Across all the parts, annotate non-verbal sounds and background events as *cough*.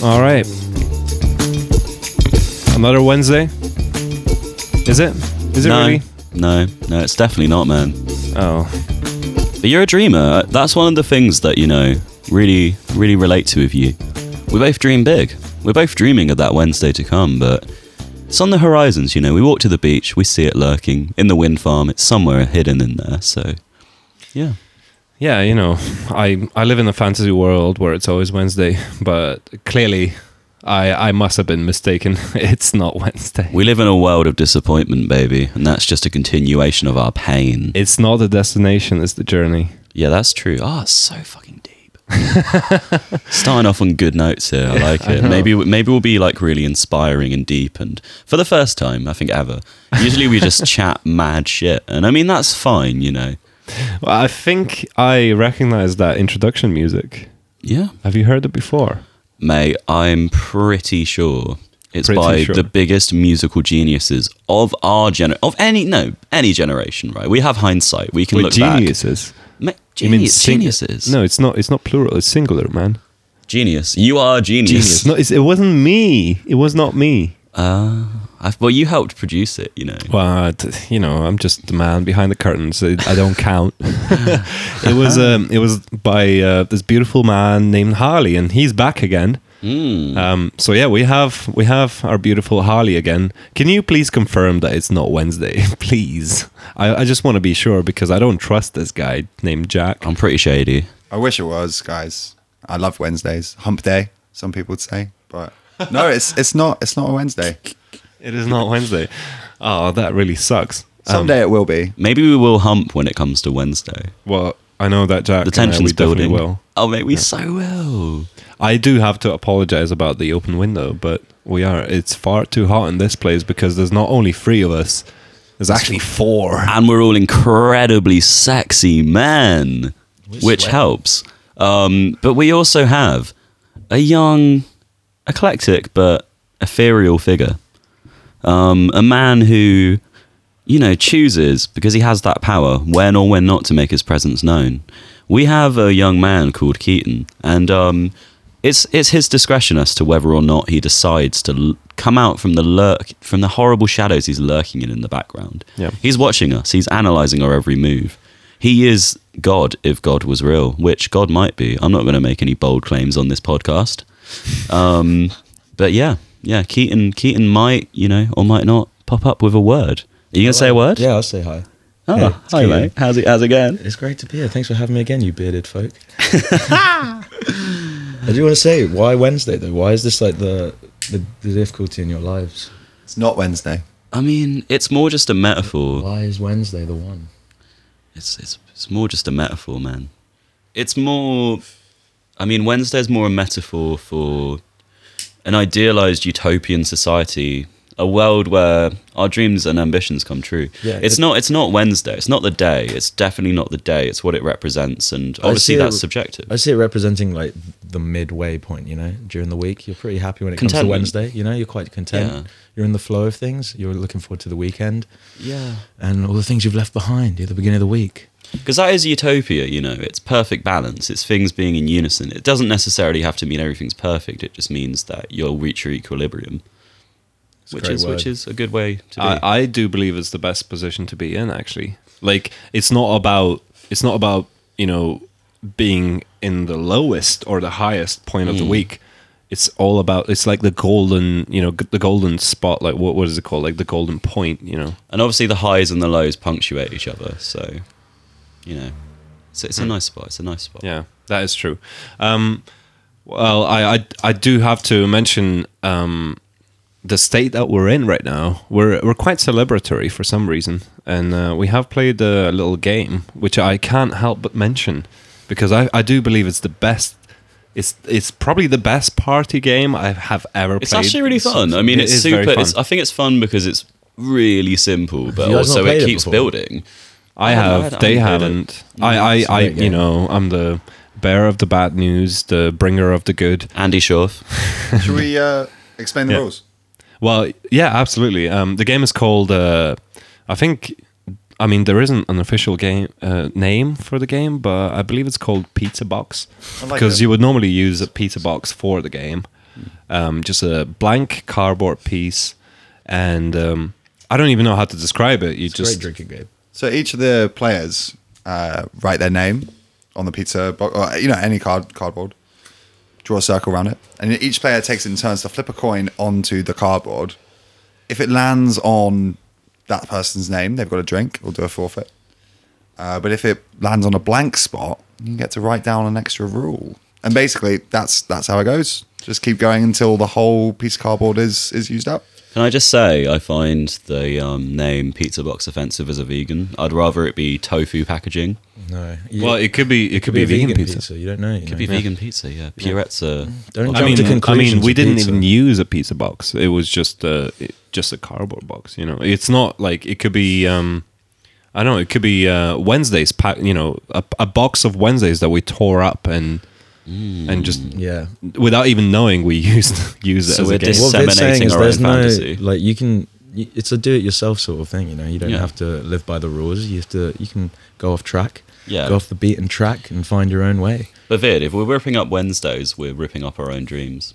All right. Another Wednesday? Is it? Is it no, really? no, no, it's definitely not, man. Oh. But you're a dreamer. Uh, That's one of the things that, you know, really, really relate to with you. We both dream big. We're both dreaming of that Wednesday to come, but it's on the horizons, you know. We walk to the beach, we see it lurking in the wind farm, it's somewhere hidden in there, so yeah. Yeah, you know, I, I live in a fantasy world where it's always Wednesday, but clearly I, I must have been mistaken. *laughs* It's not Wednesday. We live in a world of disappointment, baby, and that's just a continuation of our pain. It's not the destination, it's the journey. Yeah, that's true. Ah, it's so fucking deep. *laughs* Starting off on good notes here. I like it. Maybe maybe we'll be like really inspiring and deep and for the first time, I think ever. Usually *laughs* we just chat mad shit. And I mean that's fine, you know. Well, I think I recognize that introduction music. Yeah. Have you heard it before? Mate, I'm pretty sure it's Pretty by sure. the biggest musical geniuses of our gener of any no, any generation, right? We have hindsight. We can With look geniuses. back. Mate, You mean genius, sing- geniuses. No, it's not. It's not plural. It's singular, man. Genius. You are a genius. Genius. No, it's, it wasn't me. It was not me. Uh, I've, well, you helped produce it, you know. Well, t- you know, I'm just the man behind the curtains. I, I don't count. *laughs* it was Uh-huh. um, it was by uh, this beautiful man named Harley, and he's back again. Hmm. Um, so yeah, we have we have our beautiful Harley again. Can you please confirm that it's not Wednesday, *laughs* please? I, I just want to be sure because I don't trust this guy named Jack. I'm pretty shady. I wish it was, guys. I love Wednesdays. Hump day, some people would say, but no, it's *laughs* it's not it's not a Wednesday. It is not Wednesday. Oh, that really sucks. Um, Someday it will be. Maybe we will hump when it comes to Wednesday. well, I know that Jack. The and I, we tension's definitely building. Will. Oh, mate, we so will. I do have to apologize about the open window, but we are. It's far too hot in this place because there's not only three of us, there's actually four. And we're all incredibly sexy men, which helps. Um, but we also have a young, eclectic, but ethereal figure. Um, a man who, you know, chooses, because he has that power, when or when not to make his presence known. We have a young man called Keaton, and um, it's it's his discretion as to whether or not he decides to l- come out from the lurk from the horrible shadows he's lurking in in the background. Yeah. He's watching us. He's analyzing our every move. He is God, if God was real, which God might be. I'm not going to make any bold claims on this podcast. Um, but yeah, yeah, Keaton, Keaton might, you know, or might not pop up with a word. Are you gonna say a word? Yeah, I'll say hi. Oh, Hey, it's hi, Keaton. mate. How's it? How's it going? It's great to be here. Thanks for having me again, you bearded *laughs* folk. I do want to say, why Wednesday though? Why is this like the the, the difficulty in your lives? It's not Wednesday. I mean, it's more just a metaphor. Why is Wednesday the one? It's it's it's more just a metaphor, man. It's more. I mean, Wednesday's more a metaphor for an idealized utopian society, a world where our dreams and ambitions come true. Yeah, it's it- not. It's not Wednesday. It's not the day. It's definitely not the day. It's what it represents, and I obviously see it- that's subjective. I see it representing like the midway point. You know, during the week, you're pretty happy when it comes to Contentment. Wednesday. You know, you're quite content. Yeah. You're in the flow of things. You're looking forward to the weekend Yeah. and all the things you've left behind at the beginning of the week. Because that is utopia, you know. It's perfect balance. It's things being in unison. It doesn't necessarily have to mean everything's perfect. It just means that you'll reach your equilibrium, a which great is which word. is a good way to be. I, I do believe it's the best position to be in. Actually, like it's not about it's not about you know being in the lowest or the highest point of the week. It's all about it's like the golden you know g- the golden spot. Like what what is it called? Like the golden point. You know. and obviously, the highs and the lows punctuate each other. So, you know, so it's a Hmm. nice spot. It's a nice spot. Yeah, that is true. Um, well, I, I I do have to mention um, the state that we're in right now. We're we're quite celebratory for some reason, and uh, we have played a little game which I can't help but mention because I, I do believe it's the best. It's it's probably the best party game I have ever It's played. actually really fun. I mean, It it's is super. very fun. It's, I think it's fun because it's really simple, but you guys also it not played it keeps before? building. I I have. haven't played it. they I haven't haven't. I I, it's a I great you game. know I'm the bearer of the bad news, the bringer of the good. Andy Schorf. Should we uh, explain the Yeah. rules? Well, yeah, absolutely. Um, the game is called, uh, I think, I mean, there isn't an official game uh, name for the game, but I believe it's called Pizza Box I like because it. you would normally use a pizza box for the game, um, just a blank cardboard piece, and um, I don't even know how to describe it. You Great just drinking game. So each of the players uh, write their name on the pizza box, or you know, any card cardboard. Draw a circle around it, and each player takes in turns to flip a coin onto the cardboard. If it lands on that person's name, they've got a drink or do a forfeit. Uh, but if it lands on a blank spot, you get to write down an extra rule. And basically, that's that's how it goes. Just keep going until the whole piece of cardboard is is used up. Can I just say, I find the um, name Pizza Box offensive as a vegan. I'd rather it be tofu packaging. No. well, it could be it could be, a vegan, pizza. You don't know. You Could know. be vegan pizza, yeah. Mm. Purezza. Don't I jump to mean, I mean, conclusions we with didn't pizza. even use a pizza box. It was just a it- just a cardboard box. You know, it's not like it could be. Um, I don't know it could be uh, Wednesdays. Pa- you know, a, a box of Wednesdays that we tore up and and just Yeah. without even knowing we *laughs* used use it So as we're a game. dis- What they're saying disseminating is our own there's no fantasy. like you can. y- It's a do-it-yourself sort of thing. You know, you don't Yeah. have to live by the rules. You have to. You can go off track. Yeah. Go off the beaten track and find your own way. But Vid, if we're ripping up Wednesdays, we're ripping up our own dreams.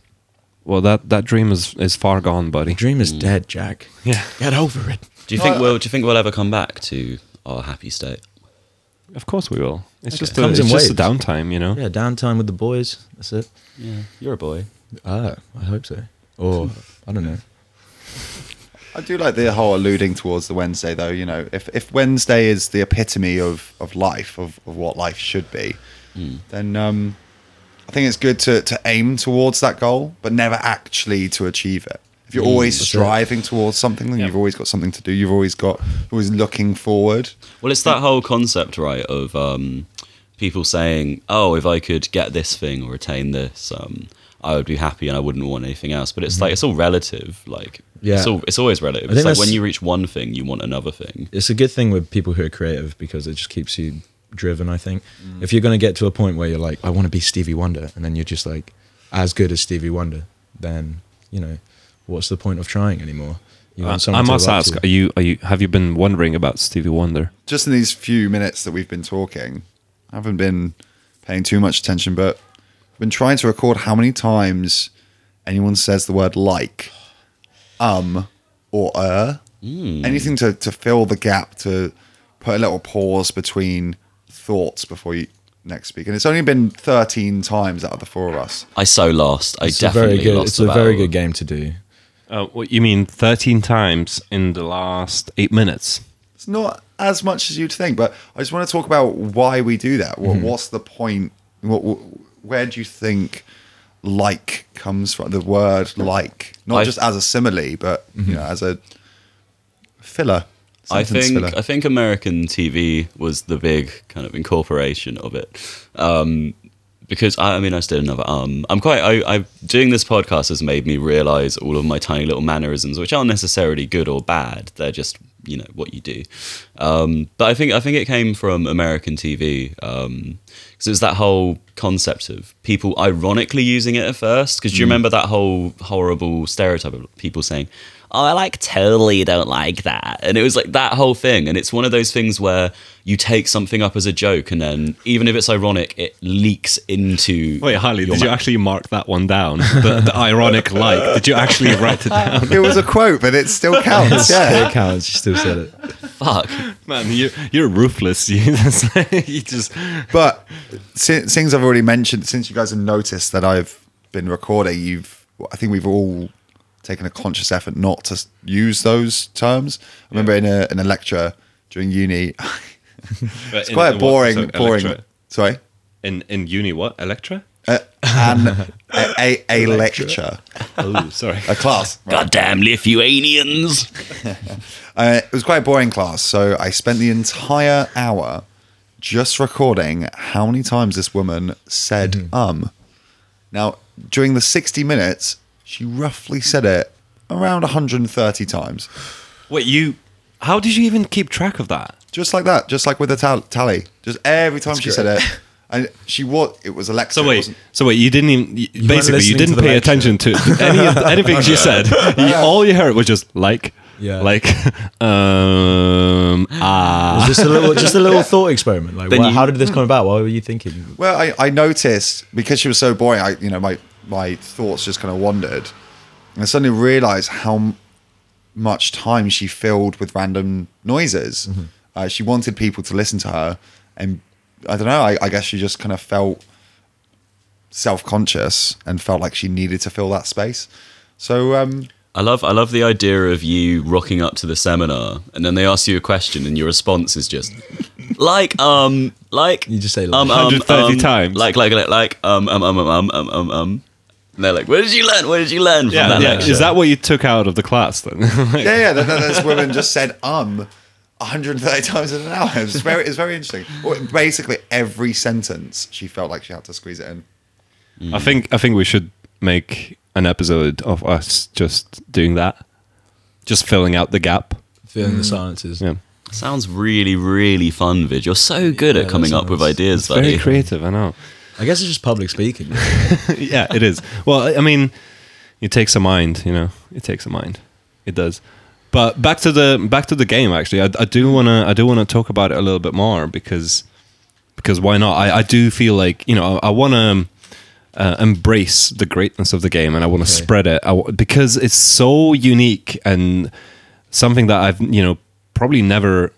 well, that that dream is is far gone, buddy. Dream Mm. is dead, Jack. Yeah, Get over it. Do you No, think I- we'll do you think we'll ever come back to our happy state? of course we will. It's just a, Comes it's in just a waves. downtime. You know, Yeah, downtime with the boys. That's it. Yeah. You're a boy. Ah, I hope so. *laughs* Or I don't know. I do like the whole alluding towards the Wednesday though, you know, if, if Wednesday is the epitome of, of life, of, of what life should be, then um, I think it's good to, to aim towards that goal, but never actually to achieve it. If you're always that's it. striving towards something, then you've always got something to do. You've always got always looking forward. Well, it's that whole concept, right, of um, people saying, "Oh, if I could get this thing or attain this, um, I would be happy and I wouldn't want anything else." But it's like it's all relative. Like, Mm-hmm. Yeah. it's, all, it's always relative. I It's think like that's- when you reach one thing, you want another thing. it's a good thing with people who are creative because it just keeps you driven. I think Mm. if you're going to get to a point where you're like, I want to be Stevie Wonder, and then you're just like as good as Stevie Wonder, then you know what's the point of trying anymore? You Uh, want I someone to must look up ask: to. Are you are you have you been wondering about Stevie Wonder? Just in these few minutes that we've been talking, I haven't been paying too much attention, but I've been trying to record how many times anyone says the word like, um, or er. Anything to, to fill the gap, to put a little pause between thoughts before you next speak. And it's only been 13 times out of the four of us. I so lost. I It's a definitely very good. lost. It's a the very battle. good game *laughs* to do. Uh, what you mean, thirteen times in the last eight minutes? It's not as much as you'd think, but I just want to talk about why we do that. What, Mm-hmm. What's the point? What, what, where do you think like comes from? The word like, not I- Mm-hmm. just as a simile, but you know, as a filler. I sentence think filler. I think American TV was the big kind of incorporation of it, um, because I, I mean I still another um. I'm quite I, I doing this podcast has made me realize all of my tiny little mannerisms, which aren't necessarily good or bad. They're just you know what you do. Um, but I think I think it came from American TV because it was that whole concept of people ironically using it at first. Because do you remember that whole horrible stereotype of people saying, "Oh, I like totally don't like that," and it was like that whole thing. And it's one of those things where you take something up as a joke, and then even if it's ironic, it leaks into. Wait, Harley, your did you mouth. actually mark that one down? *laughs* The, the ironic like. Did you actually write it down? it was a quote, but *laughs* it still counts. Still yeah. counts. You still *laughs* said it. fuck? *laughs* Man, you, you're ruthless. *laughs* You just, you just But since, since I've already mentioned, since you guys have noticed that I've been recording, you've I think we've all taken a conscious effort not to s- use those terms. I remember in a in a lecture during uni, *laughs* it's quite a boring, boring. Sorry, In in uni, what *laughs* Electra? uh, an a, a, a lecture, Oh, sorry. a class. right. Goddamn Lithuanians! Uh, it was quite a boring class, so I spent the entire hour just recording how many times this woman said um. Now, during the 60 minutes, she roughly said it around 130 times. Wait, you? How did you even keep track of that? Just like that, just like with the tal- tally. Just every time she said it. And she was, it was Alexa. So it wait, wasn't- so wait, you didn't even you, weren't basically you *laughs* listening to didn't the pay lecture. attention to any, of- anything she said. You, all you heard was just like. Yeah. Like, *laughs* um, ah. It's just a little, just a little thought experiment. Like, Then wha- you- how did this come about? What were you thinking? Well, I, I noticed because she was so boring, I you know my my thoughts just kind of wandered, and I suddenly realised how m- much time she filled with random noises. Uh, she wanted people to listen to her, and I don't know. I, I guess she just kind of felt self conscious and felt like she needed to fill that space. So um, I love I love the idea of you rocking up to the seminar and then they ask you a question and your response is just like um like You just say, like, um, 130 um, times. like like like like um um um um um um um um and they're like where did you learn where did you learn from Yeah, that yeah. lecture? Mm. Is that what you took out of the class then? *laughs* Like, yeah, yeah. That, that, this woman just said um 130 times in an hour. It's very it's very interesting. Well, Basically, every sentence she felt like she had to squeeze it in. I think I think we should make an episode of us just doing that, just filling out the gap. Feeling Mm. the silences. Yeah, sounds really really fun Vid you're so good Yeah, at that coming up with sounds- ideas very buddy creative. I know. I guess it's just public speaking. *laughs* yeah, it is. Well, I- I mean, it takes a mind, you know. It takes a mind. It does. But back to the back to the game. Actually, I, I do wanna I do wanna talk about it a little bit more because because why not? I, I do feel like you know I, I wanna uh, embrace the greatness of the game and I want to spread it I w because it's so unique and something that I've you know probably never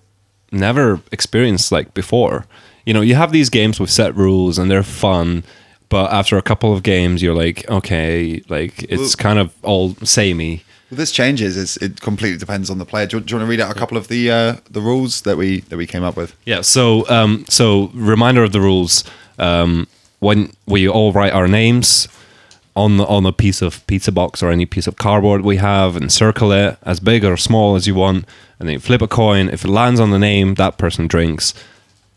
never experienced like before. You know, you have these games with set rules and they're fun, but after a couple of games, you're like, okay, like it's kind of all samey. Well, this changes. It's, it completely depends on the player. Do you, do you want to read out a couple of the uh, the rules that we that we came up with? Yeah. So, um, so reminder of the rules. Um, when we all write our names on on a piece of pizza box or any piece of cardboard we have, and circle it as big or small as you want, and then you flip a coin. If it lands on the name, that person drinks,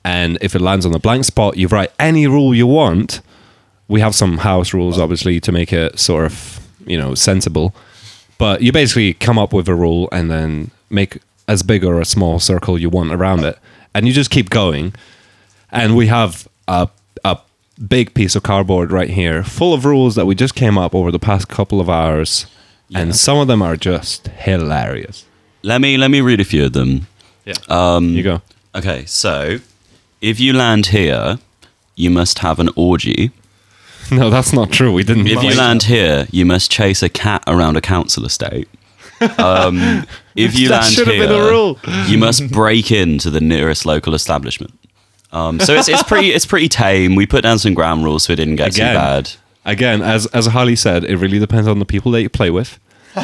and if it lands on the blank spot, you write any rule you want. We have some house rules, obviously, to make it sort of you know sensible, but you basically come up with a rule and then make as big or as small circle you want around it, and you just keep going and we have a, a big piece of cardboard right here full of rules that we just came up over the past couple of hours and some of them are just hilarious let me let me read a few of them yeah um you go *laughs* okay so if you land here you must have an orgy no that's not true we didn't If you like- land here, you must chase a cat around a council estate. *laughs* Um, if you That land should have here, been a rule. you must break into the nearest local establishment. Um, so it's, it's pretty it's pretty tame. We put down some ground rules, so it didn't get Again. too bad. again as as harley said it really depends on the people that you play *laughs* with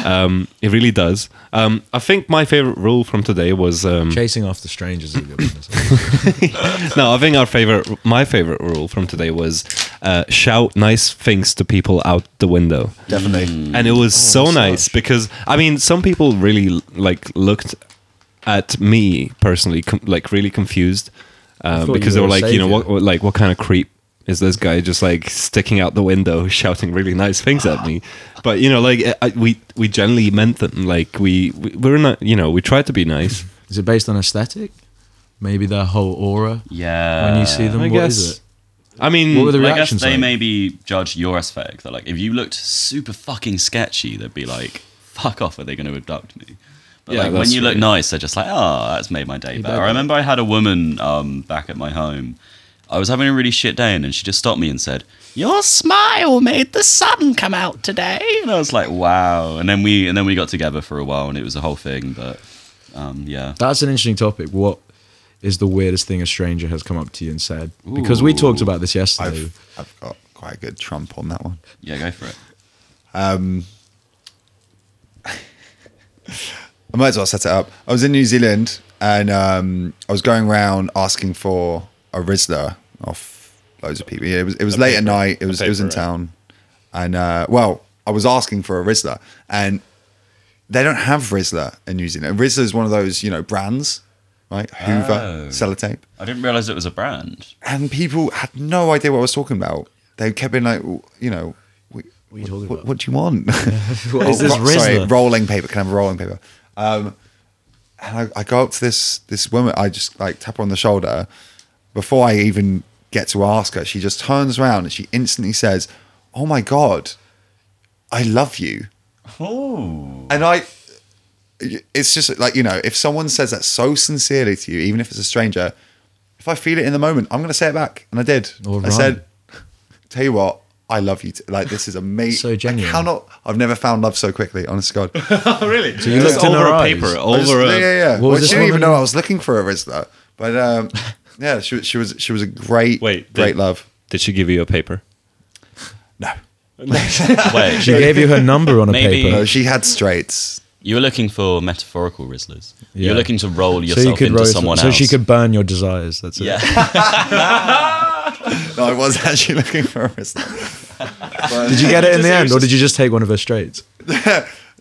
um it really does um i think my favorite rule from today was um Chasing after strangers is a good one. as well. no i think our favorite my favorite rule from today was uh shout nice things to people out the window Definitely. and it was Mm. Oh, so nice because I mean, some people really like looked at me personally, com- like really confused, um, thought because you they were were a like, you know, savior. what, what, like, what kind of creep is this guy? Just like sticking out the window, *laughs* shouting really nice things at me. But you know, like uh, I- I, we we generally meant them. Like we, we we're not, you know, we tried to be nice. Is it based on aesthetic? Maybe their whole aura Yeah. when you see them. I What is guess. it? I mean, What were the I guess reactions? they like? maybe judge your aspect. That like, if you looked super fucking sketchy, they'd be like, "Fuck off! Are they going to abduct me?" But Yeah, like, when that's you look right. nice, they're just like, "Oh, that's made my day better." I remember I had a woman um, back at my home. I was having a really shit day, and then she just stopped me and said, "Your smile made the sun come out today." And I was like, "Wow!" And then we and then we got together for a while, and it was a whole thing. But um, yeah, That's an interesting topic. What is the weirdest thing a stranger has come up to you and said? Because we talked about this yesterday. I've I've got quite a good trump on that one. yeah, go for it. I might as well set it up. I was in New Zealand and um, I was going around asking for a Rizzler off loads of people. Yeah, it was it was late at night. It was it was in town, and uh, well, I was asking for a Rizzler, and they don't have Rizzler in New Zealand. Rizzler is one of those you know brands, right? Hoover, Oh. sellotape, I didn't realize it was a brand. and people had no idea what I was talking about. They kept being like, "W- you know, we, What are you talking what, about? what do you want? *laughs* What *laughs* is this ro- Sorry, Rizzler? rolling paper. Can I have a rolling paper? Um, and I, I go up to this this woman. I just like tap her on the shoulder. Before I even get to ask her, she just turns around and she instantly says, "Oh my god, I love you." *laughs* Oh, And I, it's just like you know, if someone says that so sincerely to you, even if it's a stranger, if I feel it in the moment, I'm gonna say it back, and I did. All I right. said, *laughs* "Tell you what, I love you. T- like this is amazing. *laughs* So genuine. I cannot. I've never found love so quickly. *laughs* Honest to God. really? So you just looked in over her a eyes. paper, I just- over yeah, a. yeah, yeah. What was Well, this she didn't even woman- know I was looking for a Rizzler. But *laughs* um, yeah, she, was- she was she was a great Wait, great did- love. Did she give you a paper? No, Wait, She gave you her number on a Maybe- paper. no, she had straights. you were looking for metaphorical Rizzlers. Yeah. You're looking to roll so yourself you could into roast, someone so else. she could burn your desires. That's *laughs* it. Yeah. No, I was actually *laughs* looking for a Rizzler. But- Did you get it in the end, or did you just take one of her straights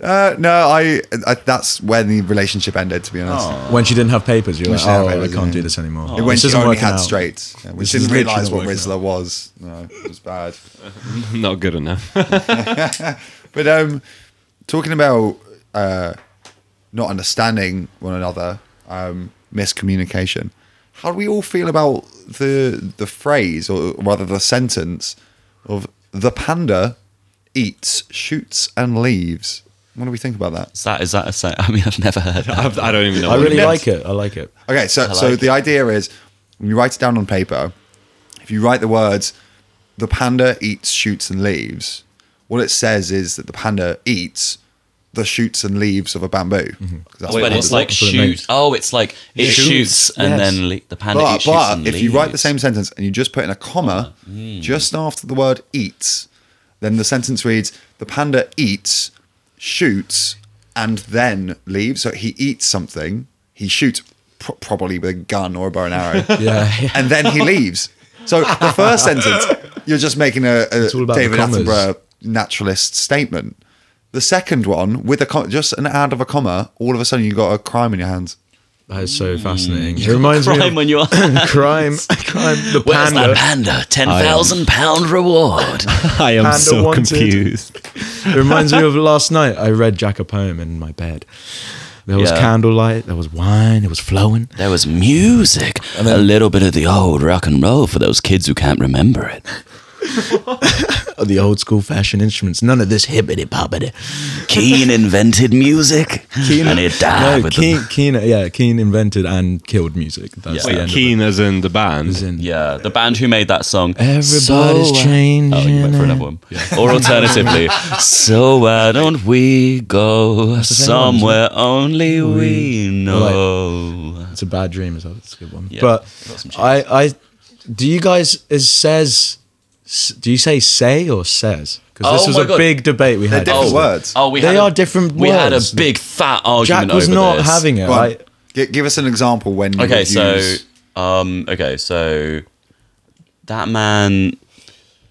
Uh, no, I, I. That's when the relationship ended. To be honest, when she didn't have papers? You're When like, she had oh, I papers, can't yeah. do this anymore. when this she isn't only working had out. straights, yeah, we This didn't is literally realize not what working Rizzler was. No, it was bad. *laughs* Not good enough. But um, talking about uh, not understanding one another, um, miscommunication. How do we all feel about the the phrase, or rather the sentence, of the panda eats, shoots, and leaves? What do we think about that? is that is that a set? I mean, I've never heard that. I've, I don't even know. I what really it is. like it. I like it. Okay, so so like the idea is when you write it down on paper, if you write the words "the panda eats, shoots, and leaves," what it says is that the panda eats the shoots and leaves of a bamboo. Mm-hmm. 'Cause that's But what it's it like That's what it shoot. means. Oh, it's like it Shoots, shoots and yes. then le- the panda but, eats, shoots but and if you write the leaves. Hmm. same sentence and you just put in a comma just after the word eats, then the sentence reads the panda eats, shoots, and then leaves. So he eats something, he shoots pro- probably with a gun or a bow *laughs* and arrow, Yeah. and then he leaves. So the first sentence, you're just making a, a all about the David commas. Attenborough naturalist statement. The second one, with a com- just an ad of a comma, all of a sudden you got a crime in your hands. That is so fascinating. *laughs* It reminds me crime of on *laughs* your crime. Crime. The Where's panda. that panda? Ten thousand pound *laughs* reward. *laughs* I am Panda so wanted. confused. It reminds me of last night. I read Jack a poem in my bed. There was Yeah. candlelight. There was wine. It was flowing. There was music, a little bit of the old rock and roll for those kids who can't remember it. Oh, the old school fashion instruments. None of this hibbity bobbity. *laughs* Keane invented music, and it died No, with Keen, the Keen, yeah, Keen invented and killed music. That's Yeah. the Wait, end. Keen as in the band. Of it. And yeah the band who made that song. Everybody's uh, changing. Oh, you went for another one. Or alternatively, so why don't we go the same one, isn't somewhere only we know? It's a bad dream as well. It's a good one. Yeah, got but some I, I, do you guys is says? s- Do you say say or says? Because this Oh was my a God. big debate we had. different yesterday. words. Oh, we They had a- are different We had a words. big fat argument. Jack was over not this. having it. Go on. I, Gi- give us an example when you Okay, would so use- um okay, so that man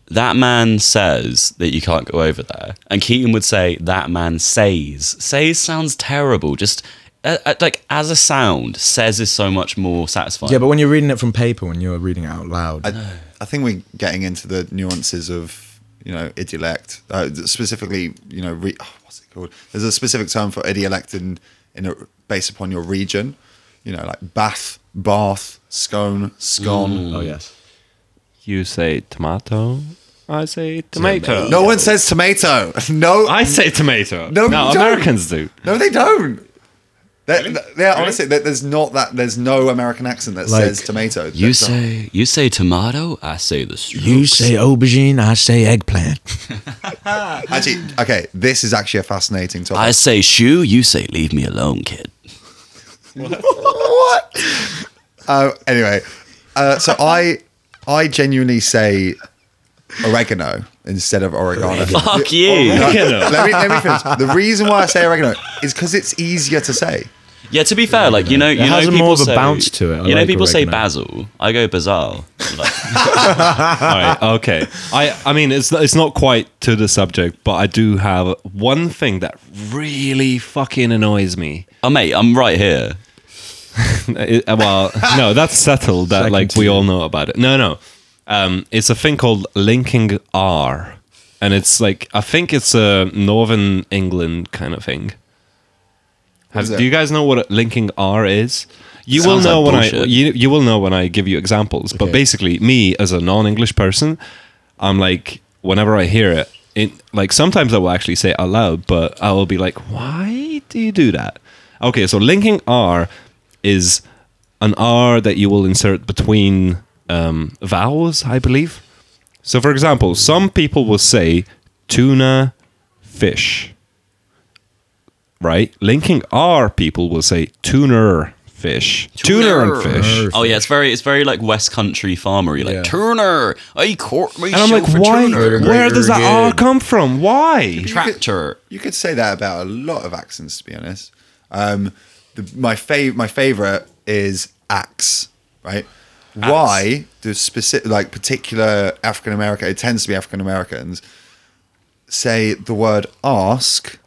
that man says that you can't go over there. And Keaton would say that man says. Says sounds terrible. Just uh, uh, like as a sound, says is so much more satisfying. yeah, but when you're reading it from paper, when you're reading it out loud, I, I think we're getting into the nuances of you know idiolect, uh, specifically you know re- oh, what's it called? There's a specific term for idiolect in in a, based upon your region. You know, like Bath, Bath, Scone, Scone. oh yes, You say tomato. I say tomato. No one says tomato. *laughs* No, I say tomato. No, No, you don't. Americans do. no, they don't. They're, they're- honestly, there- there's not that. There's no American accent that Like, says tomato. you That's not- say you say tomato, I say the strokes. you say aubergine, I say *laughs* eggplant. actually. Okay, this is actually a fascinating topic. I say shoe, you say leave me alone, kid. Uh, anyway, uh, so I I genuinely say oregano instead of oregano. Fuck you. No, Oregano. let, me, let me finish. The reason why I say oregano is because it's easier to say. Yeah, to be fair, like you know, you It has know, a people more of a say, bounce to it. I you know, like people say oregano. basil. I go bazaar. Like, All right, okay. I, I mean, it's it's not quite to the subject, but I do have one thing that really fucking annoys me. oh mate, I'm right here. It- uh, *laughs* well, no, that's settled. That Second like to we you. all know about it. No, no, um, it's a thing called linking R, and it's like I think it's a Northern England kind of thing. Have, is it? do you guys know what a linking R is? You Sounds will know like when I bullshit. you, you will know when I give you examples. But Okay. basically, me as a non-English person, I'm like whenever I hear it, it like sometimes I will actually say it out loud, but I will be like, why do you do that? Okay, so linking R is an R that you will insert between um, vowels, I believe. So, for example, some people will say tuna fish, right? Linking R, people will say tuner fish, tuner and fish. Oh yeah, it's very it's very like West Country farmery, like Yeah. Turner. I court me And I'm like, for why? Turner. Where does that Very R good. come from? Why? Tractor. You could say that about a lot of accents, to be honest. Um, the, my fav- my favorite is axe, right? Why the specific, like particular African American? It tends to be African Americans say the word ask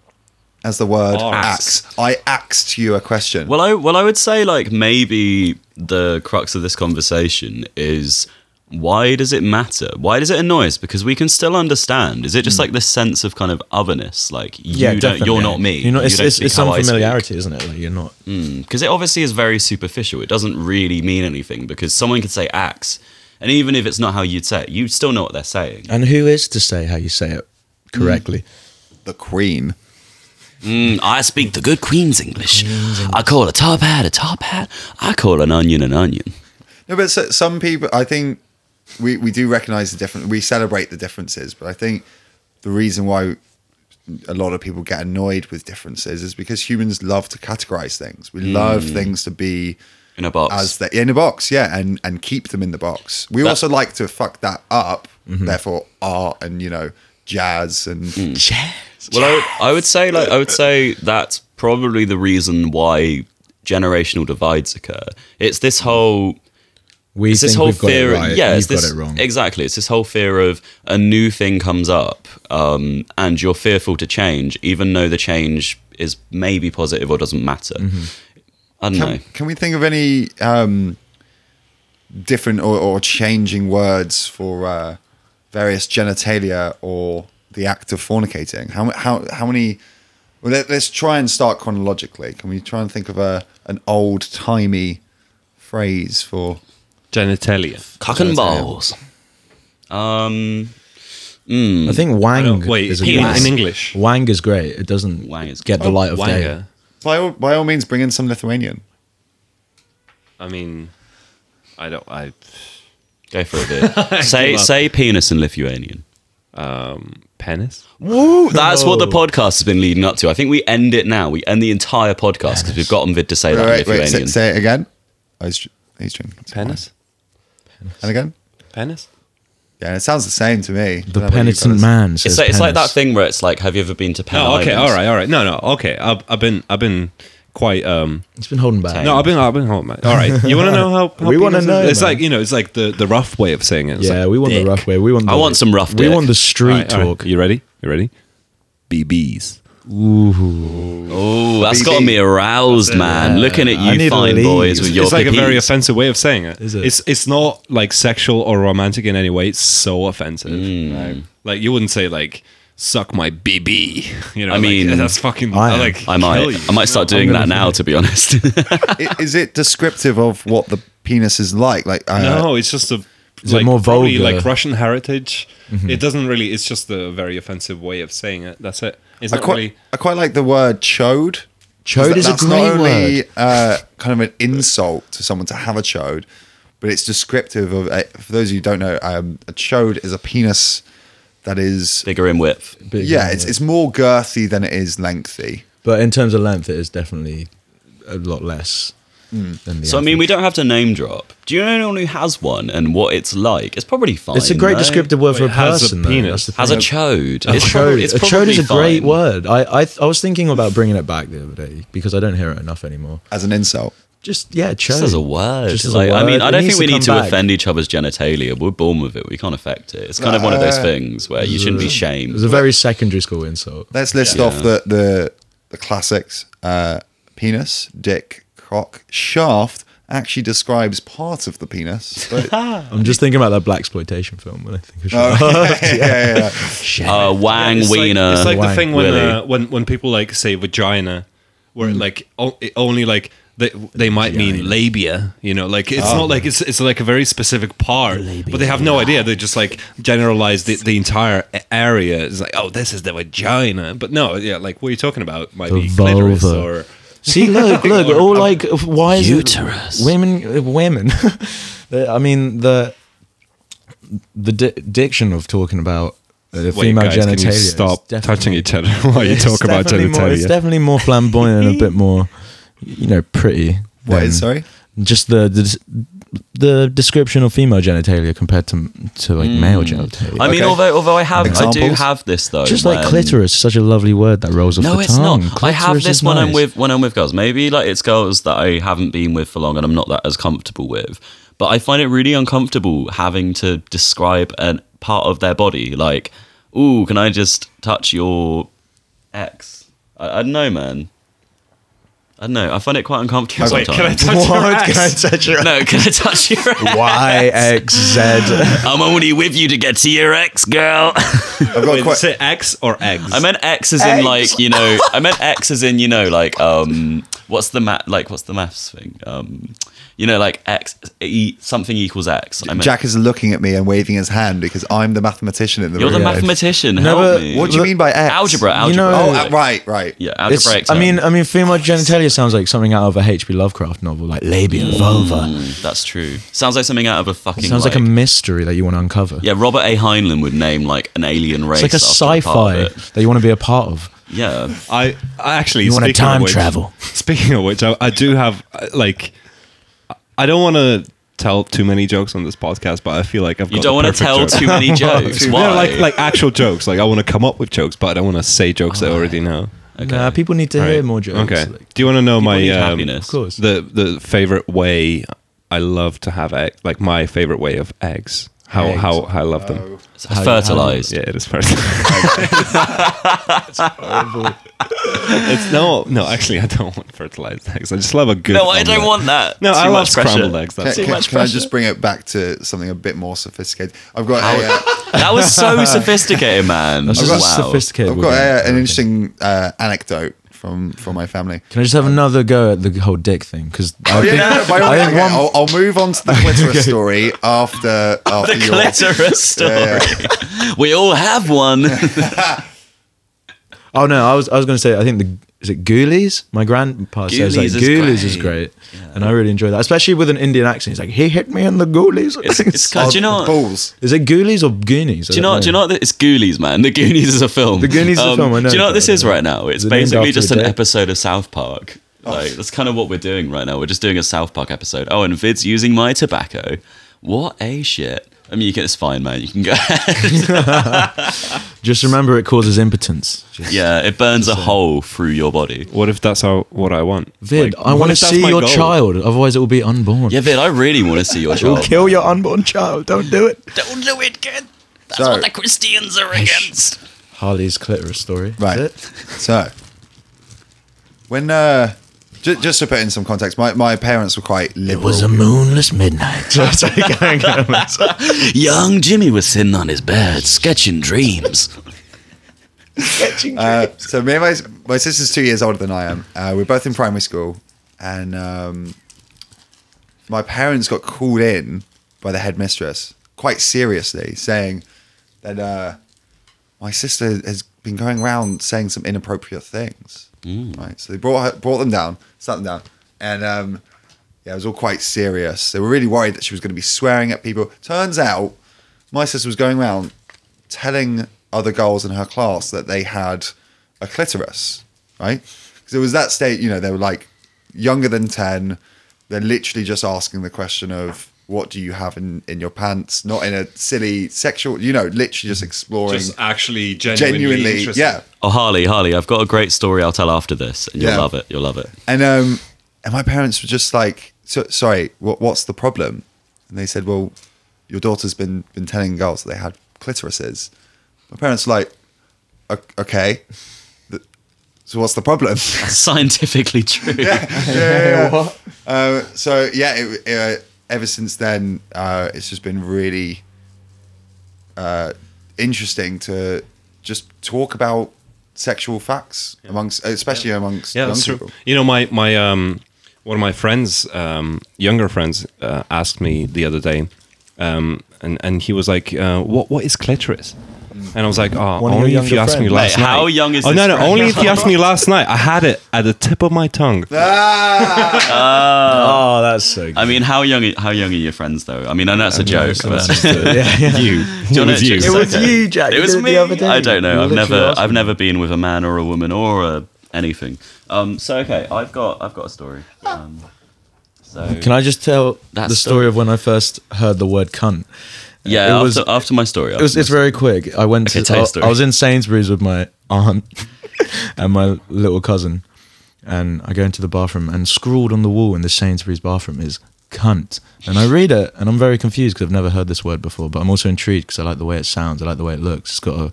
as the word Ask. axe. I axed you a question. Well, I well I would say like maybe the crux of this conversation is why does it matter? Why does it annoy us? Because we can still understand. Is it Hmm. just like this sense of kind of otherness? Like you don't, you're not me. You know, it's, don't it's, speak it's how some I speak. Mm. familiarity, isn't it? Like you're not. because it obviously is very superficial. It doesn't really mean anything because someone could say axe, and even if it's not how you'd say it, you still know what they're saying. And who is to say how you say it correctly? the Queen. Mm, I speak the good Queen's English. I call a top hat a top hat. I call an onion an onion. No, but so, some people, I think we, we do recognize the difference. We celebrate the differences, but I think the reason why a lot of people get annoyed with differences is because humans love to categorize things. We love things to be In a Mm. box. as they in a box, yeah, and and keep them in the box. We That- Mm-hmm. also like to fuck that up. Therefore, art and you know jazz and Mm. Well, I would, I would say like I would say that's probably the reason why generational divides occur. It's this whole We it's think this whole we've got fear. it right. yeah, it's you've this got it wrong. exactly. It's this whole fear of a new thing comes up, um, and you're fearful to change, even though the change is maybe positive or doesn't matter. Mm-hmm. I don't know. Can, can we think of any um, different or, or changing words for uh, various genitalia or the act of fornicating? How how how many? Well, let, us try and start chronologically. Can we try and think of a an old timey phrase for? Genitalia. Cock and balls. Um, I think No, wang. wait, is a in, good- in English. Wang is great. It doesn't Wang is get the light of day. Wanga. By all, by all means, bring in some Lithuanian. I mean, I don't. I go for *laughs* a bit. say Give up. say penis in Lithuanian. penis. Woo! That's what the podcast has been leading up to. I think we end it now. We end the entire podcast because we've got Vid to say that in Wait, wait, wait, say, Lithuanian. say it again. I was, I was drinking. Penis. And again. Penis. Yeah, it sounds the same to me. Don't know The about you penitent fellas. man says It's like, it's like that penis. thing where it's like, have you ever been to Pen No, Oh, okay, Island? all right, all right. No, no, okay. I've, I've been, I've been quite. um It's been holding back. No, I've been, I've been. Hold, man. All right, you want to know how? how *laughs* We wanna penis is? know, It's man. like you know, it's like the the rough way of saying it. It's yeah, like we want dick. the rough way. We want. The, I want some rough We dick. want the street All right, all right. talk. You ready? You ready? BBs. Oh, that's got BB. me aroused, man. Looking at I you need to fine leave. boys with It's, your it's like a very pipis. offensive way of saying it. Is it? It's it's not like sexual or romantic in any way. It's so offensive. Like you wouldn't say like suck my BB. *laughs* You know, I like, mean, that's fucking. I am. like I kill you. might, I might start doing that now. To be honest, *laughs* I- is it descriptive of what the penis is like? Like uh, No, it's just a Is it like more probably vulgar? Mm-hmm. like Russian heritage. It doesn't really. It's just a very offensive way of saying it. That's it. It's I not quite, really. I quite like the word chode. Chode That- is a that's great not only uh, kind of an insult to someone to have a chode, but it's descriptive of. Uh, for those of you who don't know, um, a chode is a penis that is. bigger in width. Big yeah, one, it's like- it's more girthy than it is lengthy. But in terms of length, it is definitely a lot less. Than the So I mean, we don't have to name drop. Do you know anyone who has one and what it's like? It's probably fine. It's a great no? descriptive word for Wait, a has a person. though. penis. That's the Has a thing. chode. A It's probably, it's a chode is a probably great fine. word. I, I th- I was thinking about bringing it back the other day because I don't hear it enough anymore. As an insult, Just yeah, chode. Just as a word. Just as a like, I mean, word. I It don't needs think we to need to come back. offend each other's genitalia. We're born with it. We can't affect it. It's kind of one of those things where you shouldn't be Uh, It was shamed. a very secondary school insult. let's list off the the the classics. Uh, penis, dick, cock, shaft actually describes part of the penis. But, I'm just thinking about that black exploitation film when I think of Oh, shaft. yeah, yeah, yeah. Uh, wang it's wiener. Like, it's like the Wang. thing when Willy. uh, when when people like say vagina, where Mm. like o- it only like they they might mean labia. You know, like it's Oh. not like it's it's like a very specific part, but they have no idea. They just *laughs* like generalize the, the entire a- area. It's like, oh, this is the vagina, but no, yeah, like what are you talking about? Might The be clitoris vulva. or. See, look, look, all like why is Uterus. it women? Women. *laughs* The- I mean the the di- diction of talking about uh, Wait, female guys, genitalia. can you is stop definitely- touching each other *laughs* while you it's talk about definitely More, it's genitalia. definitely more flamboyant and a bit more, you know, pretty. What than is sorry? Just the, the the description of female genitalia compared to to like male genitalia. I mean, Okay. although although I have, I do Examples? have this though. just like when- clitoris, such a lovely word that rolls off No, the it's tongue. not. I have Clitoris this is when I'm nice. *laughs* with when I'm with girls. Maybe like it's girls that I haven't been with for long and I'm not that as comfortable with. But I find it really uncomfortable having to describe a part of their body. Like, ooh, can I just touch your ex? I, I don't know, man. I don't know. I find it quite uncomfortable Wait, can I sometimes. touch your *laughs* What? Can I ass? touch your no, can I *laughs* touch your ex? Y X *laughs* Z? I'm only with you to get to your ex, girl. I've got Wait, quite, is it X or eggs? I meant X as in like you know. I meant X as in you know like um. What's the math? Like what's the maths thing? Um, you know like X e, something equals X. I meant, Jack is looking at me and waving his hand because I'm the mathematician in the you're the room. mathematician. No, help but me. What do you mean by X? algebra? Algebra. You know- Oh, uh, right, right. Yeah, It's, algebraic. I mean, term. I mean, female genitalia sounds like something out of a H.P. Lovecraft novel, like labia, vulva. Mm, that's true. Sounds like something out of a fucking. Sounds like, a mystery that you want to uncover. yeah. Robert A. Heinlein would name like an alien race. it's like a after part sci-fi of it. that you want to be a part of. Yeah. I, I actually You wanna speaking time of which, travel. *laughs* Speaking of which, I, I do have uh, like I don't want to tell too many jokes on this podcast, but I feel like I've got You don't want want to tell *laughs* too *laughs* many jokes. Why? No, like like actual jokes. Like I want to come up with jokes, but I don't want to say jokes I already know. Okay. Nah, people need to hear Right. more jokes. Okay. like- do you want to know my need um, happiness. of course. the the favorite way I love to have egg? Like my favorite way of eggs. How Eggs. Uh, how how I love them. It's how- fertilized. Yeah, it is first. it's no, no. Actually, I don't want fertilized eggs. I just love a good. No, I don't omelet. want that. No, Too I love much pressure. scrambled eggs. Can, That's can- it. can I just bring it back to something a bit more sophisticated? I've *laughs* got a, uh, That was so *laughs* sophisticated, man. That's just got- a sophisticated. I've got word. a, an interesting uh, anecdote from from my family. Can I just have another go at the whole dick thing? Because Oh, I think, Oh, Yeah, by all I means, think okay, one I'll, I'll move on to *laughs* the clitoris story after after the your clitoris story. Yeah, *laughs* We all have one. Oh no, I was I was going to say I think the is it Ghoulies? My grandpa says like Ghoulies is Ghoulies is great. great, and I really enjoy that, especially with an Indian accent. He's like, he hit me in the Ghoulies. It's, *laughs* it's kind of, do you know? Do balls. is it Ghoulies or Goonies? I you know? don't Do you know? That it's Goonies, man. The Goonies is a film. Um, The Goonies is a film, I know Do you know what about this it. is right now? It's Is it named basically after just a Oh. an dick? episode of South Park. Like that's kind of what we're doing right now. We're just doing a South Park episode. Oh, and Vid's using my tobacco. What a shit. I mean, you can, it's fine, man. You can go. Just remember, it causes impotence. *laughs* Just- yeah, it burns a hole through your body. What if that's how, what I want? Vid, Like, I what want to if that's see my your goal? child. Otherwise, it will be unborn. Yeah, Vid, oh I really want to see *laughs* your it will child. kill your unborn child. Don't do it. Don't do it, kid. That's So- what the Christians are against. Harley's clitoris story. Is Right. it? So, when uh, j- just to put in some context, my, my parents were quite It liberal. was a moonless *laughs* midnight. Young Jimmy was sitting on his bed, sketching dreams. Uh, so me and my my sister's two years older than I am. Uh, we're both in primary school, and um, my parents got called in by the headmistress quite seriously, saying that uh, my sister has been going around saying some inappropriate things. Right, so they brought her, brought them down, sat them down, and um, yeah, it was all quite serious. They were really worried that she was going to be swearing at people. Turns out, my sister was going around telling other girls in her class that they had a clitoris, right? Because it was that state, you know, they were like younger than 10. They're literally just asking the question of, what do you have in, in your pants? Not in a silly sexual, you know, literally just exploring actually genuinely. Yeah. Oh, Harley, Harley, I've got a great story I'll tell after this, and you'll Yeah. love it. You'll love it. And um, and my parents were just like, so, "Sorry, what, what's the problem?" And they said, "Well, your daughter's been been telling girls that they had clitorises." My parents were like, "O- "Okay, Th- so what's the problem?" *laughs* *laughs* Scientifically true. Uh, so yeah, it, uh, ever since then, uh, it's just been really uh, interesting to just talk about sexual facts amongst, especially amongst Yeah, young that's true. people. *laughs* You know, my my um, one of my friends, um, younger friends, uh, asked me the other day, um, and and he was like, uh, "What what is clitoris?" And I was like, oh, Mm. One of your only if younger you asked me friends. last Wait, night. how young is Oh, this no, no, friend? only if you asked *laughs* me last night. I had it at the tip of my tongue. Ah! Oh, that's so good. I mean, how young? How young are your friends though? I mean, I know that's a joke, but *laughs* yeah, yeah. You. Do it know was you. it's It was okay. you, Jack. It You was did it me. the other day. I don't know. You I've literally never, asked I've me. never been with a man or a woman or a, anything. Um, so okay, I've got, I've got a story. Um, so Can I just tell That's the story of when I first heard the word cunt? yeah, after, it was- after my story, It was, it's very quick. I went Okay, to, tell I- your story. I, was in Sainsbury's with my aunt *laughs* and my little cousin, and I go into the bathroom and scrawled on the wall in the Sainsbury's bathroom is cunt, and I read it and I'm very confused because I've never heard this word before, but I'm also intrigued because I like the way it sounds. I like the way it looks. It's got a,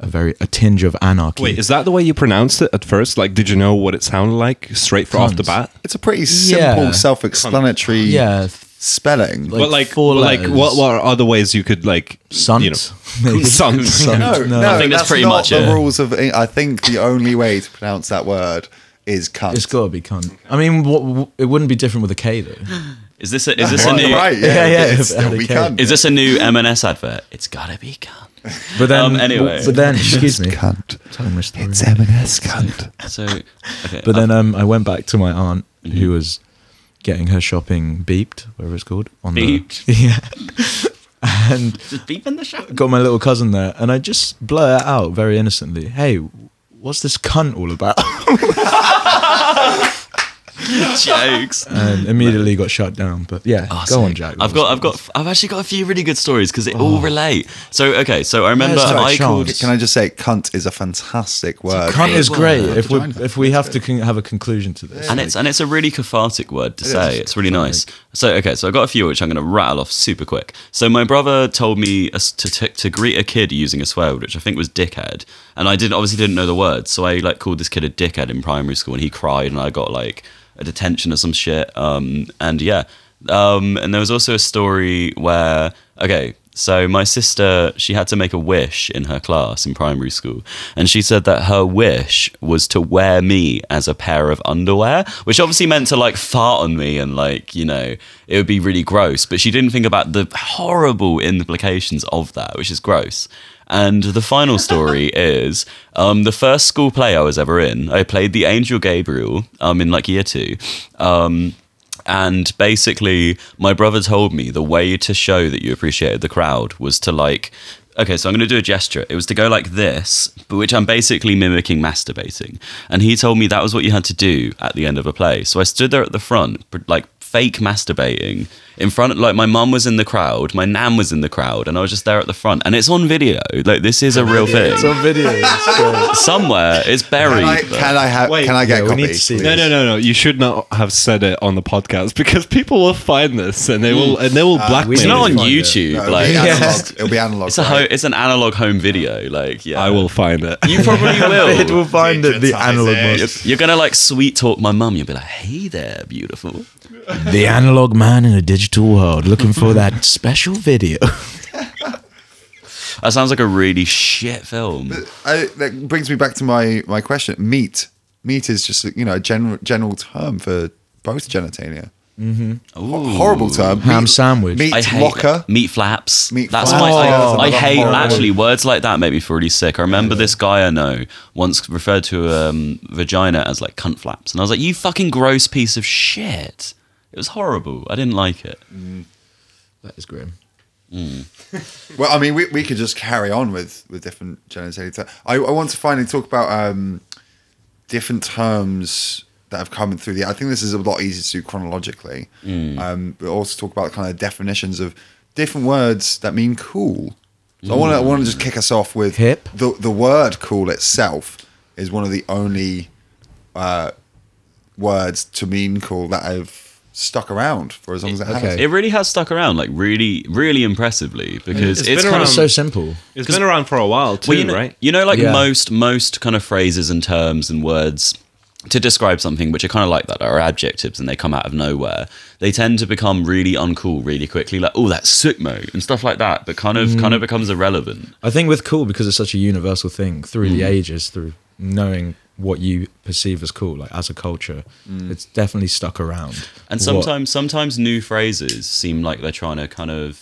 a very a tinge of anarchy. Wait, is that the way you pronounced it at first? Like, did you know what it sounded like straight for off the Cons. bat? It's a pretty simple, Yeah. self-explanatory yeah, spelling. Like but like, four but like, letters. what, what are other ways you could like, Sunt. you know, Maybe. *laughs* Sunt. Sunt. no, no, No. I think that's pretty not much the it. rules of. I think the only way to pronounce that word is cunt. It's got to be cunt. I mean, what, it wouldn't be different with a K though. Is this, a, is this a right, new, right, Yeah, yeah, yeah, It's if it had still a be K. cunt. is this a new M&S advert? It's gotta be cunt. But then, Um, anyway. but then, excuse me, cunt. telling my story. M&S cunt. So, okay, But then um, I went back to my aunt who was getting her shopping beeped, whatever it's called. On Beeped? The, *laughs* yeah. and just beep in the shower. got my little cousin there, and I just blur it out very innocently. Hey, what's this cunt all about? *laughs* *laughs* Jokes. and immediately got shut down. But yeah, Oh, go so on, Jack. Oh. I've got, I've got, I've actually got a few really good stories because they all relate. So okay, so I remember it's not a I called. chance. Can I just say, cunt is a fantastic word. Cunt is great. If we Vagina. if we have to con- have a conclusion to this, and it's and it's a really cathartic word to say. it's It's really nice. So okay, so I got a few which I'm going to rattle off super quick. So my brother told me us to, to to greet a kid using a swear word, which I think was dickhead, and I didn't obviously didn't know the word, so I like called this kid a dickhead in primary school, and he cried, and I got like a detention or some shit. Um, and yeah, um, and there was also a story where okay. So my sister, she had to make a wish in her class in primary school, and she said that her wish was to wear me as a pair of underwear, which obviously meant to like fart on me and like you know it would be really gross. But she didn't think about the horrible implications of that, which is gross. And the final story is um, the first school play I was ever in. I played the Angel Gabriel um, in like year two. Um, and basically, my brother told me the way to show that you appreciated the crowd was to like, okay, so I'm going to do a gesture. It was to go like this, but which I'm basically mimicking masturbating. And he told me that was what you had to do at the end of a play. So I stood there at the front, pr- like fake masturbating in front of like my mum was in the crowd my nan was in the crowd and i was just there at the front and it's on video like this is a real thing it's on *laughs* video. so- somewhere it's buried Can I, but- can I have? Wait, can I get? yeah, a we copy, need to see please? No, no, no, no! You should not have said it on the podcast *laughs* because people will find this and they will and they will Uh, blackmail. it's not on you. find it. youtube No, it'll, like be *laughs* Yeah. analog. it'll be analog. It's a ho- right? it's an analog home video. Like yeah, I will find it. You *laughs* probably It will will. find it, the Digitize analog it. man. You're gonna like sweet talk my mum. You'll be like, "Hey there, beautiful." The analog man in a digital world looking for that *laughs* special video. That sounds like a really shit film. I, that brings me back to my my question. Meat, meat is just you know a general general term for both genitalia. Ooh. Horrible term. Ham Meat- sandwich. Meat I hate locker. meat flaps. Meat That's flaps. my. I, Oh, I that's hate horrible. actually words like that. Make me feel really sick. I remember this guy I know once referred to um, vagina as like cunt flaps, and I was like, "You fucking gross piece of shit." It was horrible. I didn't like it. That is grim. Well, I mean, we, we could just carry on with with different genitalia. ter- I, I want to finally talk about um, different terms that have come through the. I think this is a lot easier to do chronologically. Mm. Um, but also talk about kind of definitions of different words that mean cool. So I want to I want to just kick us off with Mm. Hip. The the word cool itself is one of the only uh, words to mean cool that have stuck around for as long as it has. Okay. It really has stuck around, like really, really impressively, because It's it's, been kind around of It's so simple. It's been around for a while too, Well, you know, right? You know, like Yeah. most most kind of phrases and terms and words to describe something which are kind of like that are adjectives and they come out of nowhere. They tend to become really uncool really quickly, like oh that's sick mode and stuff like that. That kind of Mm. kind of becomes irrelevant. I think with cool because it's such a universal thing through Mm. the ages, through knowing what you perceive as cool, like as a culture, it's definitely stuck around. Mm. And What- sometimes sometimes new phrases seem like they're trying to kind of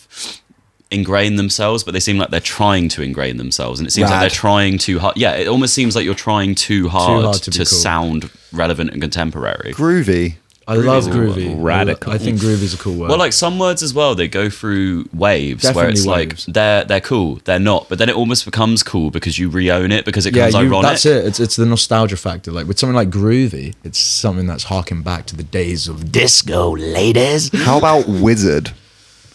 ingrain themselves, but they seem like they're trying to ingrain themselves, and it seems like Rad. they're trying too hard. Yeah, it almost seems like you're trying too hard, hard to, to be cool. sound relevant and contemporary. Groovy. I love is a groovy. radical. I think groovy is a cool word. Well, like some words as well, they go through waves where Definitely it's waves. like they're they're cool, they're not, but then it almost becomes cool because you re-own it because it yeah, becomes you- ironic. that's it. It's it's the nostalgia factor. Like with something like groovy, it's something that's harking back to the days of *laughs* disco, ladies. How about Wizard?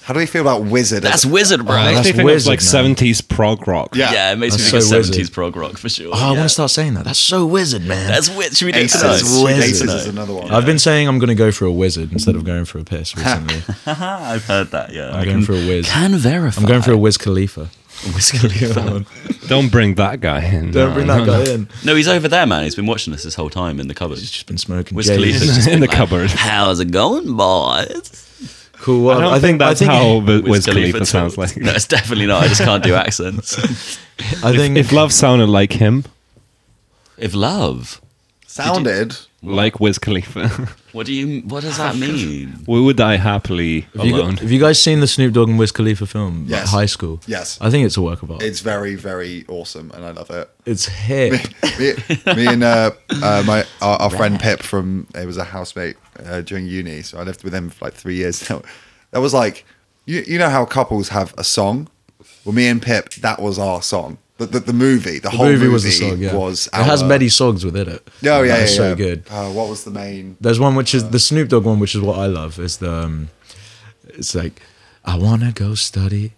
How do we feel about Wizard? That's wizard, bro. Oh, that's They think wizard, it's like man. seventies prog rock. *laughs* Yeah. yeah. it makes That's me so think of wizard. seventies prog rock for sure. Oh, I yeah. want to start saying that. That's so wizard, man. That's weird. Should we do it Aces. tonight? That's Uh, wizard. Aces is another one. I've been saying I'm going to go for a wizard instead of going for *laughs* a piss recently. I've heard that. Yeah, I'm going for a *laughs* whiz. Can verify. I'm *laughs* going for a Wiz Khalifa. Wiz Khalifa. Don't bring that guy in. Don't No, bring no, that no. guy in. no, he's over there, man. He's been watching us this whole time in the cupboard. He's just been smoking. Wiz J's. Khalifa's *laughs* just In been the like, cupboard. *laughs* How's it going, boys? Cool. *laughs* I Well, I, don't think, think that's I think, how Wiz, Wiz Khalifa talks. sounds like. *laughs* No, it's definitely not. I just can't *laughs* do accents. I think If love sounded like him, if love, Sounded. like Wiz Khalifa, *laughs* what do you? What does that mean? we would die happily Have you, gu- alone. *laughs* have you guys seen the Snoop Dogg and Wiz Khalifa film, like, Yes. High School? Yes. I think it's a work of art. It's, It's very, very awesome, and I love it. hip. me, me and uh, uh, my our, our friend Pip from it was a housemate uh, during uni, so I lived with him for like three years. *laughs* Now. That was like, you you know how couples have a song. Well, me and Pip, that was our song. The the, the movie, the, The whole movie, was the song. Yeah. was it has our- many songs within it. Oh yeah, yeah, That's so yeah. good. Uh, what was the main? There's one which is the Snoop Dogg one, which is what I love. Is the um, it's like I wanna go study.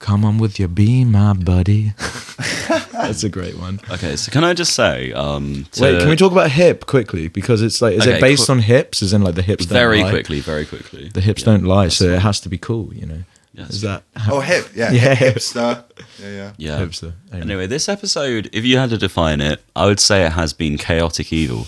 Come on with your be my buddy. *laughs* That's a *laughs* great one. *laughs* Okay, so can I just say? Um, to- Wait, can we talk about hip quickly? Because it's like, is Okay, it based qu- on hips? Is in like the hips? don't very lie? quickly? Very quickly. The hips don't lie, so it has to be cool. You know. Yes. *laughs* Is that Oh, hip, yeah, *laughs* Yeah. hipster, yeah, yeah. Yeah. Hopes so. Amen. Anyway, this episode, if you had to define it, I would say it has been chaotic evil.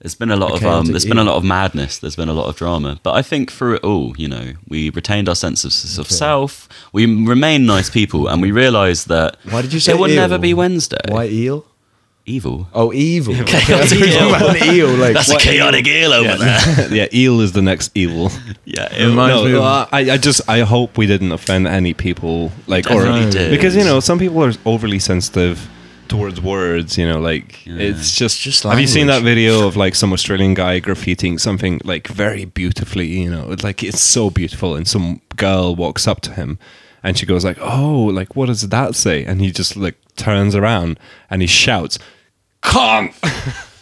There's been a lot A of um, chaotic there's been a evil. lot of madness. There's been a lot of drama, but I think through it all, you know, we retained our sense of, of self. We remain nice people, and we realised that Why did you say it will eel? never be Wednesday? Why eel? *laughs* evil? Oh, evil. *laughs* Chaotic Talking eel. about an eel, like That's a chaotic eel, over there. yeah, eel is the next evil. Yeah, Reminds no, me No, of- uh, I, I just I hope we didn't offend any people like or Definitely did. because you know some people are overly sensitive towards words. You know, like it's just It's just Have you seen that language. video of like some Australian guy graffiting something like very beautifully? You know, it's like it's so beautiful, and some girl walks up to him. And she goes like, "Oh, like what does that say?" And he just like turns around and he shouts, "Cunt!" *laughs*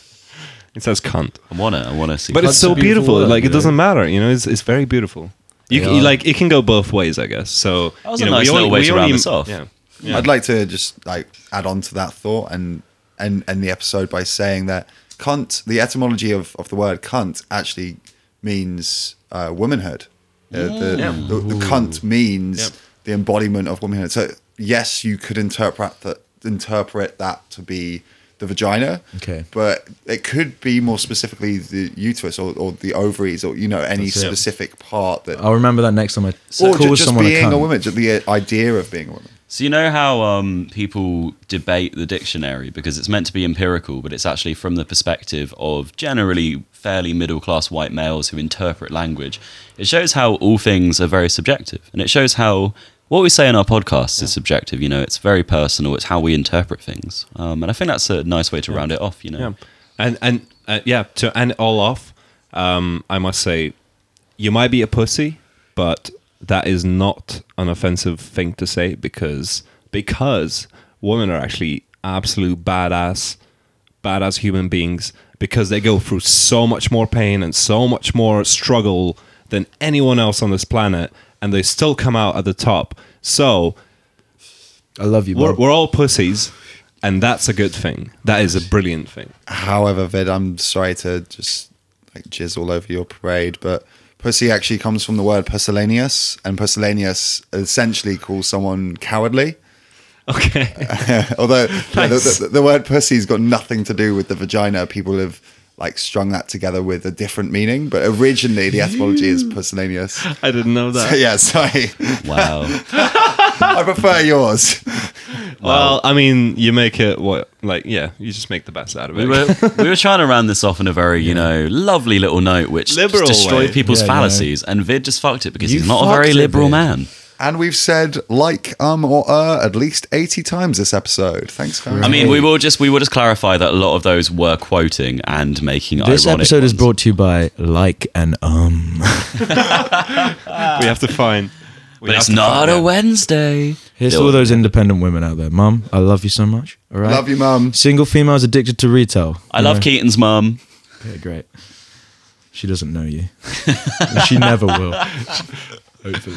it says "cunt." I want to. I want to see. But it's so That's a beautiful. beautiful word, like you it know? doesn't matter. You know, it's it's very beautiful. You, Yeah. can, you like it can go both ways, I guess. So That was you a know, nice we little only- way we to round only- this off. Yeah. I'd like to just like add on to that thought and end, end the episode by saying that cunt, the etymology of, of the word cunt actually means uh, womanhood. Uh, the, the, the cunt means Yep. the embodiment of womanhood. So yes, you could interpret that interpret that to be the vagina. Okay. But it could be more specifically the uterus or, or the ovaries or you know any it. specific part that I'll remember that next time I or call ju- just someone being a, a, cunt. woman, just the idea of being a woman. So you know how um, people debate the dictionary because it's meant to be empirical, but it's actually from the perspective of generally fairly middle-class white males who interpret language. It shows how all things are very subjective, and it shows how what we say in our podcasts is subjective. You know, it's very personal. It's how we interpret things, um, and I think that's a nice way to round it off. You know, Yeah. And and uh, yeah, to end it all off, um, I must say, you might be a pussy, but that is not an offensive thing to say because because women are actually absolute badass, badass human beings because they go through so much more pain and so much more struggle than anyone else on this planet, and they still come out at the top. So I love you, we're, bro. we're all pussies, and that's a good thing. That is a brilliant thing. *laughs* However, Vid, I'm sorry to just like jizz all over your parade, but pussy actually comes from the word pusillanimous, and pusillanimous essentially calls someone cowardly. *laughs* Okay. Although yeah, the, the, the word pussy's got nothing to do with the vagina. People have like strung that together with a different meaning, but originally the etymology is pusillanimous. *laughs* I didn't know that. yeah, *laughs* sorry. wow. *laughs* I prefer yours. Well, I mean, you make it what, like, yeah, you just make the best out of We it. were, we were trying to round this off in a very, you know, lovely little note, which just Liberal destroyed way. people's Yeah, yeah. fallacies. And Vid just fucked it because You he's not a very fucked it, liberal Vid. man. And we've said like, um, or uh at least 80 times this episode. Thanks, guys. I mean, we will just we will just clarify that a lot of those were quoting and making This ironic episode is ones. brought to you by like and *laughs* um. we have to find. we But have it's to not find a it. Wednesday. Here's to all those independent women out there, Mum. I love you so much. All right, Love you, Mum. Single females addicted to retail. I love Keaton's mum. Okay, great. She doesn't *laughs* know you. she never will.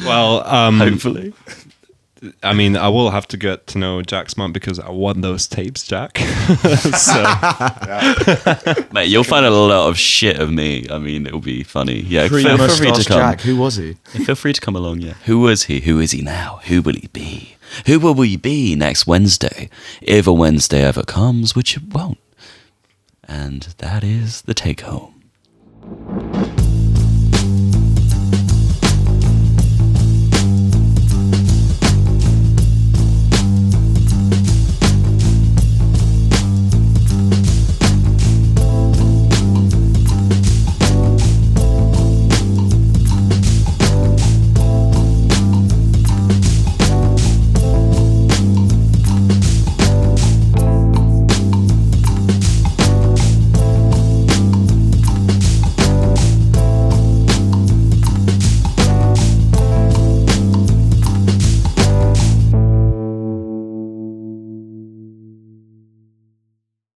Well, um, Hopefully, I mean, I will have to get to know Jack's mom because I won those tapes, Jack. *laughs* so mate, you'll find a lot of shit of me. I mean, it'll be funny. Yeah, Pre feel, feel free to mustache come. Jack. Who was he? Feel free to come along. Yeah, who was he? Who is he now? Who will he be? Who will we be next Wednesday, if a Wednesday ever comes, which it won't? And that is the take home.